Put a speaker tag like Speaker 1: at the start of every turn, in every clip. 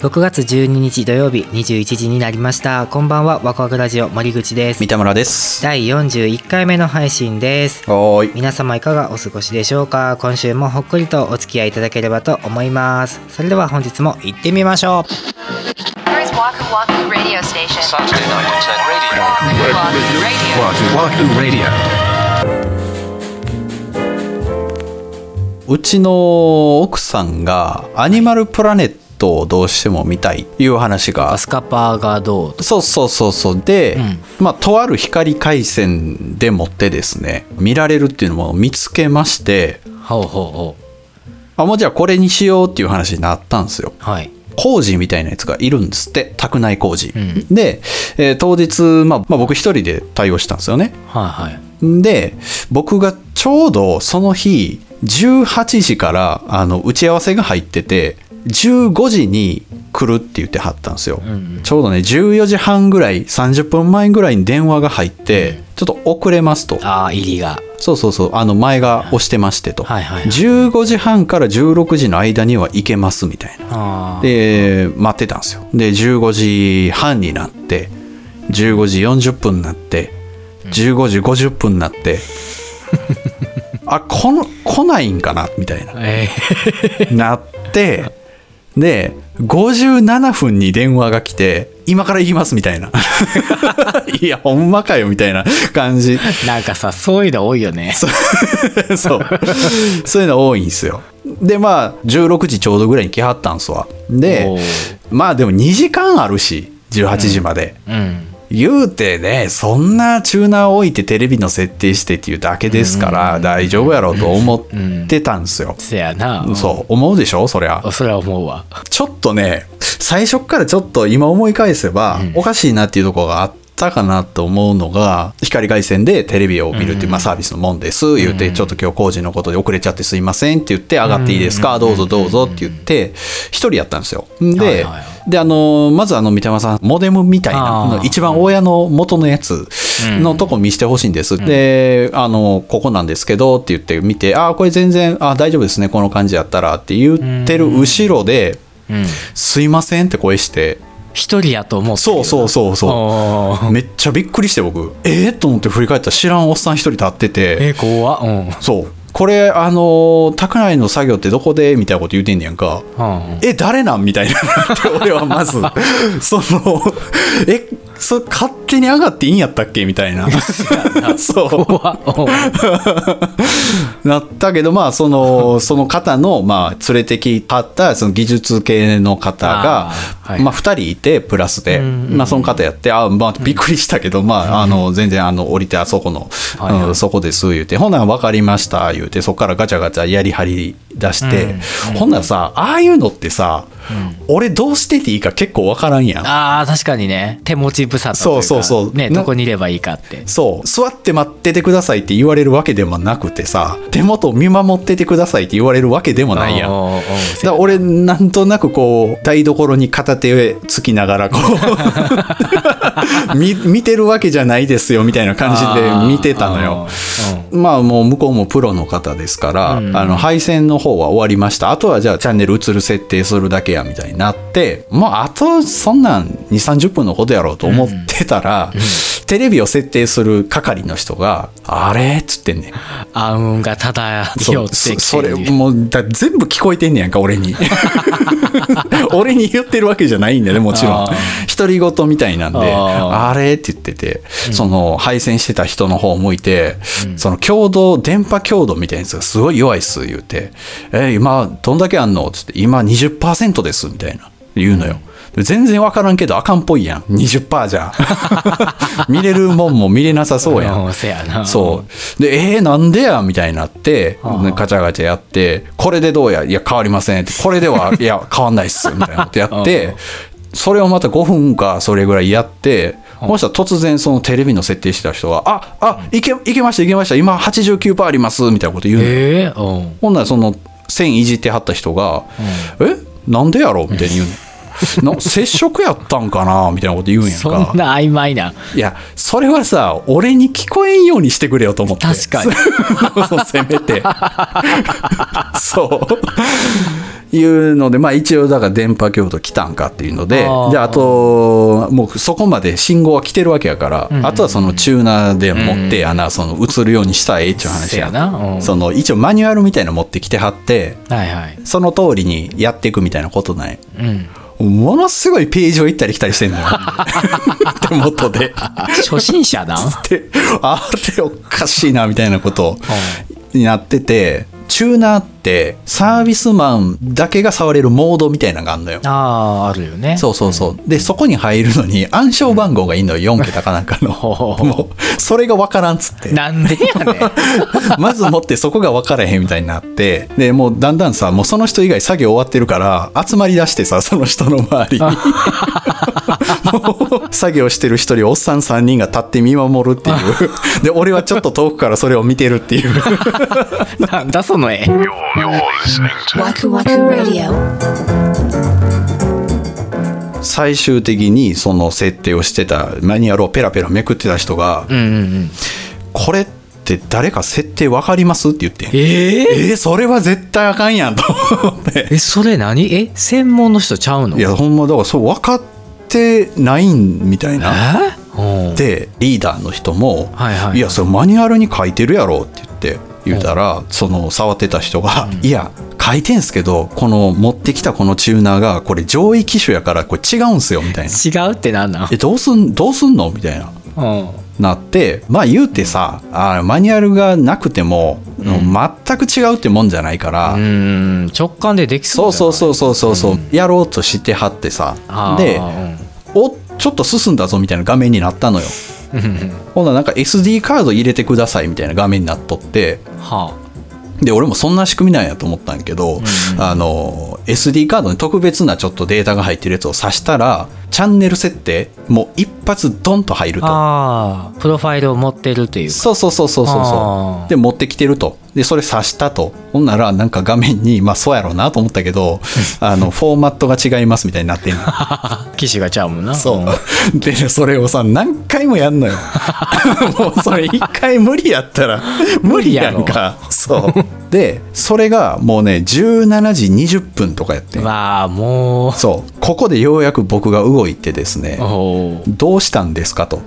Speaker 1: 6月12日土曜日21時になりましたこんばんはワクワクラジオ森口です
Speaker 2: 三田村です。
Speaker 1: 第41回目の配信です
Speaker 2: はーい。
Speaker 1: 皆様いかがお過ごしでしょうか今週もほっこりとお付き合いいただければと思いますそれでは本日も行ってみましょう
Speaker 3: Here's Waku Waku Radio Station.
Speaker 4: Saturday night at 10 radio.
Speaker 3: Waku Waku Radio.
Speaker 4: Wahoo Wahoo Radio.
Speaker 2: うちの奥さんがアニマルプラネットをどうしても見たいいう話が
Speaker 1: アスカパーがどう
Speaker 2: そうそうそうそうで、まあとある光回線でもってですね見られるっていうのを見つけまして
Speaker 1: ほうほうほ
Speaker 2: あもうじゃあこれにしようっていう話になったんですよ
Speaker 1: うはい
Speaker 2: 工事みたいなやつがいるんですって宅内工事、
Speaker 1: ん
Speaker 2: で、えー当日、まあ、まあ僕一人で対応したんですよね
Speaker 1: はいはい
Speaker 2: で僕がちょうどその日18時からあの打ち合わせが入ってて15時に来るって言ってはったんですよ、ちょうどね14時半ぐらい30分前ぐらいに電話が入って、ちょっと遅れますと
Speaker 1: ああ入りが
Speaker 2: そうそうそうあの前が押してましてと、
Speaker 1: はいはいはい
Speaker 2: 15時半から16時の間には行けますみたいな
Speaker 1: あ
Speaker 2: で待ってたんですよで15時半になって15時40分になって15時50分になってあこの来ないんかなみたいな
Speaker 1: あえ
Speaker 2: なってで57分に電話が来て今から行きますみたいないやほんまかよみたいな感じ
Speaker 1: ー、なんかさ そういうの多いよね
Speaker 2: そう。そういうの多いんですよ。で、まあ、16時ちょうどぐらいに来はったんすわ。
Speaker 1: お
Speaker 2: で
Speaker 1: ー、
Speaker 2: まあでも2時間あるし、18時まで。
Speaker 1: うん
Speaker 2: 言うてね、そんなチューナー置いてテレビの設定してっていうだけですから、大丈夫やろうと思ってたんすよ。
Speaker 1: せやな
Speaker 2: そう、思うでしょそりゃ
Speaker 1: う。それは思うわ
Speaker 2: ちょっとね、最初っからちょっと今思い返せば、おかしいなっていうところがあったかなと思うのが、光回線でテレビを見るっていう、まあサービスのもんです、言って、ちょっと今日工事のことで遅れちゃってすいませんって言って、上がっていいですか、どうぞどうぞって言って、一人やったんですよ。で、
Speaker 1: はいは
Speaker 2: で、あの、まずあの、三山さん、モデムみたいな、
Speaker 1: あー
Speaker 2: あの一番親の元のやつのとこ見してほしいんです。で、あの、ここなんですけどって言って見て、ああ、これ全然、あー大丈夫ですね、この感じやったらって言ってる後ろで、
Speaker 1: うん
Speaker 2: すいませんって声して、
Speaker 1: 一人やと思う
Speaker 2: そうそうそうそ
Speaker 1: おー
Speaker 2: う。めっちゃびっくりして僕、えー、と思って振り返ったら知らんおっさん一人立ってて、
Speaker 1: え怖っうん
Speaker 2: そう。これ、あのー、宅内の作業ってどこでみたいなこと言うてんねやんか。
Speaker 1: うん
Speaker 2: え、誰なんみたいにな って、俺はまず、その、え、そ勝手に上がっていいんやったっけみたいな。そう。
Speaker 1: 怖っうん
Speaker 2: なったけど、まあ、その、その方の、まあ、連れてきはった、その技術系の方が、
Speaker 1: あーはい
Speaker 2: まあ、二人いて、プラスで、まあ、その方やって、あ、まあ、びっくりしたけど、まあ、あの、全然、あの、降りて、あそこの、
Speaker 1: はいはい
Speaker 2: うんそこです、言うて、ほんなら分かりました、言うて、そこからガチャガチャやり張り出して、ほんならさ、ああいうのってさ、俺どうしてていいか結構分からんやん。
Speaker 1: あー確かにね手持ち無沙汰というか
Speaker 2: そうそうそう
Speaker 1: ね
Speaker 2: な
Speaker 1: どこにいればいいかって
Speaker 2: そう座って待っててくださいって言われるわけでもなくてさ手元を見守っててくださいって言われるわけでもないやん
Speaker 1: おーおー
Speaker 2: だから俺なんとなくこう台所に片手つきながらこ う見見てるわけじゃないですよみたいな感じで見てたのよ
Speaker 1: あ。ーうん
Speaker 2: まあもう向こうもプロの方ですから、あの配線の方は終わりましたあとはじゃあチャンネル映る設定するだけやみたいになってもうあとそんなん2 3 0分のことやろうと思ってたら、テレビを設定する係の人が「あれ?」っつってんねん
Speaker 1: 暗雲が漂
Speaker 2: そ
Speaker 1: っ
Speaker 2: う
Speaker 1: てきて
Speaker 2: そ
Speaker 1: る
Speaker 2: それもうだ全部聞こえてんねやんか 俺に 俺に言ってるわけじゃないんだよねもちろん
Speaker 1: あー
Speaker 2: 独り言みたいなんで
Speaker 1: あ
Speaker 2: あれって言っててその配線してた人の方を向いて、その強度電波強度みたいなやつがすごい弱いっす言うて「えー今どんだけあんの?」っつって「今20%です」みたいな言うのよ、で全然分からんけどあかんっぽいやん20%じゃん 見れるもんも見れなさそうや ん
Speaker 1: んせやな
Speaker 2: そう。で、えー、なんでやみたいになって、ガチャガチャやって、これでどうやいや、変わりませんって。これ では、いや、変わんないっす。みたいなことやって、それをまた5分か、それぐらいやって、もしたら突然そのテレビの設定してた人が、あ、あ、いけ、いけました、いけました。今89%あります。みたいなこと言うのよ
Speaker 1: ええうん
Speaker 2: ほんならその線いじってはった人が「えなんでやろ?」みたいに言うねんな接触やったんかなみたいなこと言うんやん
Speaker 1: そ
Speaker 2: か
Speaker 1: んな曖昧ない
Speaker 2: やそれはさ俺に聞こえんようにしてくれよと思って
Speaker 1: 確かに
Speaker 2: そうせめてそういうので、まあ、一応だから電波強度来たんかっていうので
Speaker 1: あー
Speaker 2: であともうそこまで信号は来てるわけやから、あとはそのチューナーで持ってやな、その映るようにしたらええっていう話
Speaker 1: せや
Speaker 2: や
Speaker 1: なうん
Speaker 2: その一応マニュアルみたいなの持ってきてはって
Speaker 1: はいはい
Speaker 2: その通りにやっていくみたいなことない
Speaker 1: うん
Speaker 2: ものすごいページを行ったり来たりしてんの よ手元で。
Speaker 1: 初心者 だ
Speaker 2: ってあれおかしいなみたいなことになっててチューナーってサービスマンだけが触れるモードみたいなのがあるのよ
Speaker 1: ああーあるよね
Speaker 2: そうそうそうでそこに入るのに暗証番号がいいのよ4桁かなんかのもうそれがわからんっつって
Speaker 1: なんでやねん
Speaker 2: まず持ってそこが分からへんみたいになってでもうだんだんさもうその人以外作業終わってるから集まりだしてさその人の周り にもう作業してる一人おっさん3人が立って見守るっていうで俺はちょっと遠くからそれを見てるっていう
Speaker 1: なんだその絵
Speaker 4: You're, you're listening to
Speaker 5: Waku Waku Radio.
Speaker 2: 最終的にその設定をしてたマニュアルをペラペラめくってた人が「これって誰か設定分かります?」って言ってん
Speaker 1: ええ
Speaker 2: えーそれは絶対あかんやんと思って
Speaker 1: えそれ何え専門の人ちゃうの
Speaker 2: いやほんまだからそう分かってないんみたいな
Speaker 1: えうん
Speaker 2: でリーダーの人も「
Speaker 1: はいはい
Speaker 2: やそれマニュアルに書いてるやろ」って言って言うたら、その触ってた人が「いや書いてんすけどこの持ってきたこのチューナーがこれ上位機種やからこれ違うんすよ」みたいな「
Speaker 1: 違うってなんなん
Speaker 2: えどうすんどうすんの?」みたいな
Speaker 1: うん
Speaker 2: なってまあ言うてさあマニュアルがなくても、全く違うってもんじゃないから、
Speaker 1: うん直感でできそ
Speaker 2: そううそう
Speaker 1: う
Speaker 2: そうそうそうそう、やろうとしてはってさでおちょっと進んだぞみたいな画面になったのよほんならなんか SD カード入れてくださいみたいな画面になっとって
Speaker 1: は
Speaker 2: で俺もそんな仕組みなんやと思ったんやけど、あの SD カードに特別なちょっとデータが入ってるやつを挿したらチャンネル設定もう一発ドンと入る
Speaker 1: あ
Speaker 2: と
Speaker 1: ああプロファイルを持ってるというか
Speaker 2: そうそうそうそうそう
Speaker 1: あ
Speaker 2: そ
Speaker 1: ー
Speaker 2: うで持ってきてるとでそれ刺したとほんならなんか画面にまあそうやろうなと思ったけどあのフォーマットが違いますみたいになってんの
Speaker 1: 機種がちゃうもんな
Speaker 2: そ
Speaker 1: ん
Speaker 2: う。で、それをさ、何回もやん のよ。もうそれ一回無理やったら、無理やんか。そう。で、それがもうね、17時20分とかやってん
Speaker 1: わあもう
Speaker 2: そう。ここでようやく僕が動いてですね、
Speaker 1: おー
Speaker 2: どうしたんですかと。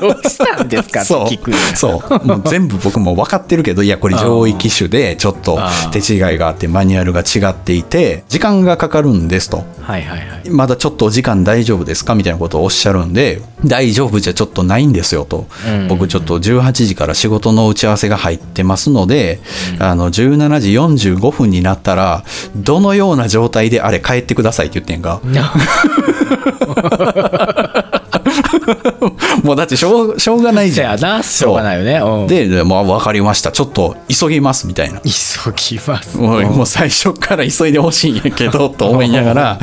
Speaker 1: どうしたんですかって
Speaker 2: そう
Speaker 1: 聞くんや
Speaker 2: そうもう全部僕も分かってるけどいやこれ上位機種でちょっと手違いがあってマニュアルが違っていて時間がかかるんですと
Speaker 1: はいはいはい
Speaker 2: まだちょっとお時間大丈夫ですかみたいなことをおっしゃるんで、大丈夫じゃちょっとないんですよと。僕ちょっと18時から仕事の打ち合わせが入ってますので、あの、17時45分になったら、どのような状態であれ帰ってくださいって言ってんが。 もうだってしょう、しょうがない
Speaker 1: せ
Speaker 2: じゃ
Speaker 1: や
Speaker 2: ん。
Speaker 1: なしょうがないよねうん
Speaker 2: で、でもうわかりました。ちょっと急ぎますみたいな。
Speaker 1: 急ぎます
Speaker 2: おいもう最初から急いでほしいんやけ どと思いながら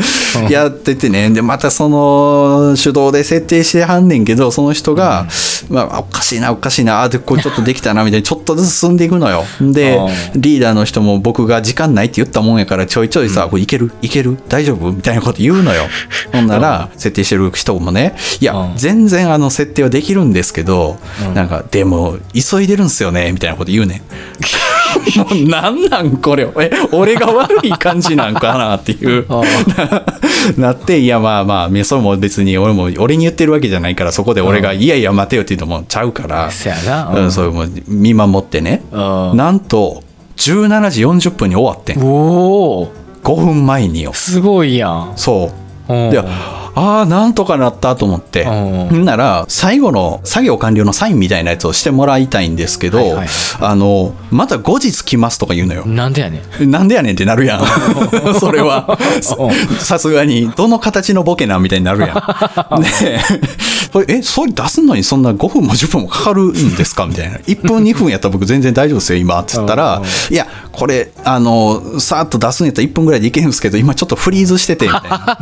Speaker 2: やっててねでまたその手動で設定してはんねんけどその人が、まあ、おかしいなおかしいなあでこれちょっとでき たなみたいにちょっとずつ進んでいくのよでリーダーの人も僕が時間ないって言ったもんやからちょいちょいさ、これいけるいける大丈夫みたいなこと言うのよほんなら設定してる人もねいや、
Speaker 1: うん
Speaker 2: 全然あの設定はできるんですけど、なんかでも急いでるんすよねみたいなこと言うねんもう なんなんこれえ俺が悪い感じなんかなっ ていう なっていやまあまあメソも別に俺も俺に言ってるわけじゃないからそこで俺が「いやいや待てよ」って言うのもちゃうから
Speaker 1: せやな
Speaker 2: うん
Speaker 1: うん
Speaker 2: そういうもう見守ってね
Speaker 1: うん
Speaker 2: なんと17時40分に終わってん
Speaker 1: おお
Speaker 2: 5分前によ
Speaker 1: すごいやん
Speaker 2: そう
Speaker 1: うん
Speaker 2: いやあーなんとかなったと思って
Speaker 1: うん
Speaker 2: んなら最後の作業完了のサインみたいなやつをしてもらいたいんですけ
Speaker 1: はいはい
Speaker 2: ど
Speaker 1: はい
Speaker 2: あのまた後日来ますとか言うのよ
Speaker 1: なんでやねん
Speaker 2: なんでやねんってなるやん。それは。ささすがに、どの形のボケなんみたいになるやん。ねえ これえ、それ出すのにそんな5分も10分もかかるんですかみたいな。1分2分やったら僕全然大丈夫ですよ、今。って言ったら、いや、これ、あの、さーっと出すんやったら1分ぐらいでいけるんですけど、今ちょっとフリーズしてて、みたいな。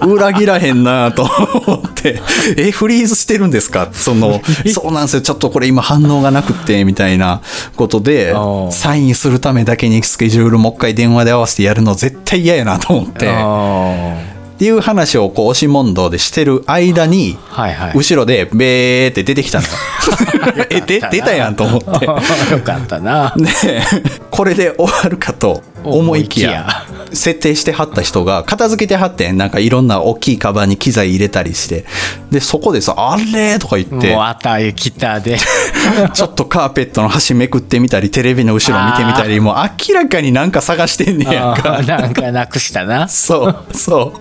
Speaker 2: もう裏切らへんなと 思って、え、フリーズしてるんですかその、そうなんですよ、ちょっとこれ今反応がなくって、みたいなことで
Speaker 1: お、う
Speaker 2: サインするためだけにスケジュールもう一回電話で合わせてやるの絶対嫌やなと思って、
Speaker 1: あ
Speaker 2: っていう話をこう、押し問答でしてる間に、
Speaker 1: ーはいはい
Speaker 2: 後ろで、べーって出てきたの。え、で出たやんと思っ て。
Speaker 1: よかったな
Speaker 2: で、これで終わるかと思いきや設定してはった人が片付けてはってんなんかいろんな大きいカバンに機材入れたりしてでそこでさ「あれ?」とか言って
Speaker 5: もうあたゆきたで
Speaker 2: ちょっとカーペットの端めくってみたりテレビの後ろ見てみたりもう明らかになんか探してんねやんか。
Speaker 5: なんかなくし たな
Speaker 2: そう、そ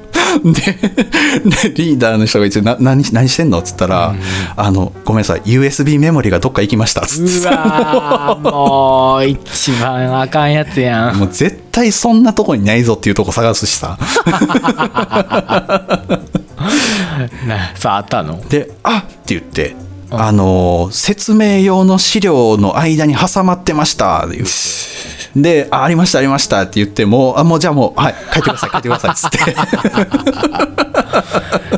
Speaker 2: う。で、でリーダーの人が一応、な何し何してんのっつったら、あの、ごめんなさい、USB メモリがどっか行きましたっつって
Speaker 5: う
Speaker 2: さ
Speaker 5: わーもう一番あかんやつや ん
Speaker 2: もう絶対そんなとこにないぞっていうとこ探すしさ。
Speaker 5: なそうあったの
Speaker 2: で、あって言って、あのー説明用の資料の間に挟まってましたって言ってであありましたありましたって言ってもうあもうじゃあもうはい書いてください書いてくださいっ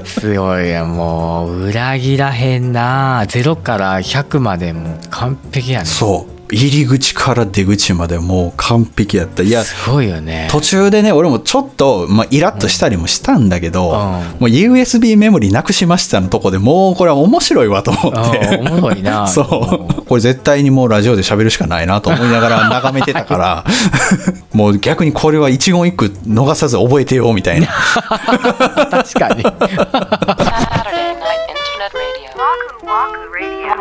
Speaker 2: つって
Speaker 5: すごいやもう裏切らへんな0から100までもう完璧やね
Speaker 2: そう入り口から出口までもう完璧やったいや
Speaker 5: すごいよね
Speaker 2: 途中でね俺もちょっと、まあ、イラッとしたりもしたんだけど、
Speaker 5: うん
Speaker 2: もう USB メモリなくしましたのとこでもうこれは面白いわと思っ
Speaker 5: うんお
Speaker 2: て。
Speaker 5: もろ いな
Speaker 2: そうこれ絶対にもうラジオで喋るしかないなと思いながら 眺めてたからもう逆にこれは一言一句逃さず覚えてよみ たいな
Speaker 5: 確か に
Speaker 3: Saturday night internet radio.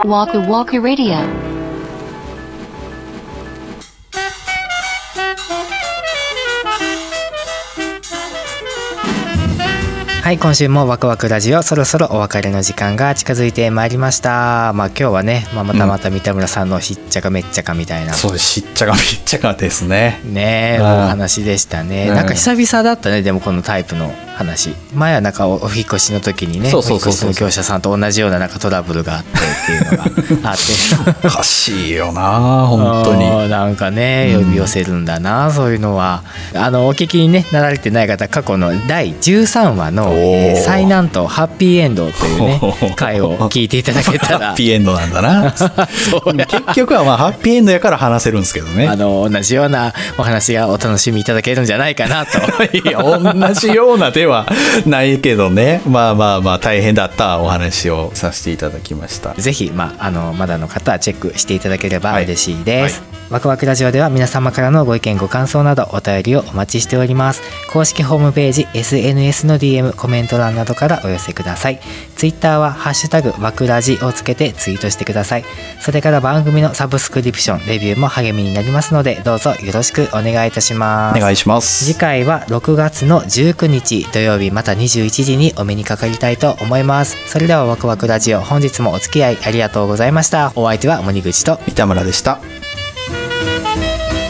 Speaker 3: Waku Waku Radio. Waku Waku Radio.
Speaker 1: はい今週もワクワクラジオそろそろお別れの時間が近づいてまいりましたまあ今日はね、まあ、またまた三田村さんのひっちゃかめっちゃかみたいな、
Speaker 2: そうですしっちゃかめっちゃかです ね
Speaker 1: ねえお
Speaker 2: うん
Speaker 1: 話でしたね、
Speaker 2: うん
Speaker 1: なんか久々だったねでもこのタイプの話前はなんかおお引っ越しの時にね
Speaker 2: そうそうそうそう
Speaker 1: お引っ越しの業者さんと同じようななんかトラブルがあってっていうのがあ って
Speaker 2: おかしいよな本当
Speaker 1: あ
Speaker 2: に
Speaker 1: ーなんかね
Speaker 2: うん
Speaker 1: 呼び寄せるんだな、そういうのはあのお聞きに、ね、なられてない方過去の第13話の
Speaker 2: おー
Speaker 1: えー「災難とハッピーエンド」という
Speaker 2: ほほ
Speaker 1: ね
Speaker 2: ほ
Speaker 1: 回を聞いていただけた
Speaker 2: ハ
Speaker 1: ら
Speaker 2: ッピーエンドなんだ な結局はまあハッピーエンドやから話せるんですけどね
Speaker 1: あの同じようなお話がお楽しみいただけるんじゃないかなと。
Speaker 2: いや、同じようなではないけどね。まあまあまあ、大変だったお話をさせていただきました。
Speaker 1: ぜひ、まあ、あのまだの方はチェックしていただければ嬉しいです、ワクワクラジオでは皆様からのご意見ご感想などお便りをお待ちしております公式ホームページ SNS の DM コメント欄などからお寄せください Twitter は「ハッシュタグワクラジ」をつけてツイートしてくださいそれから番組のサブスクリプションレビューも励みになりますのでどうぞよろしくお願いいたしま
Speaker 2: お
Speaker 1: す
Speaker 2: 願いしま
Speaker 1: 次
Speaker 2: す。
Speaker 1: 回は6月の19日土曜日また21時にお目にかかりたいと思いますそれではワクワクラジオ本日もお付き合いありがとうございましたお相手は森口と
Speaker 2: 三田村でした。
Speaker 4: Waku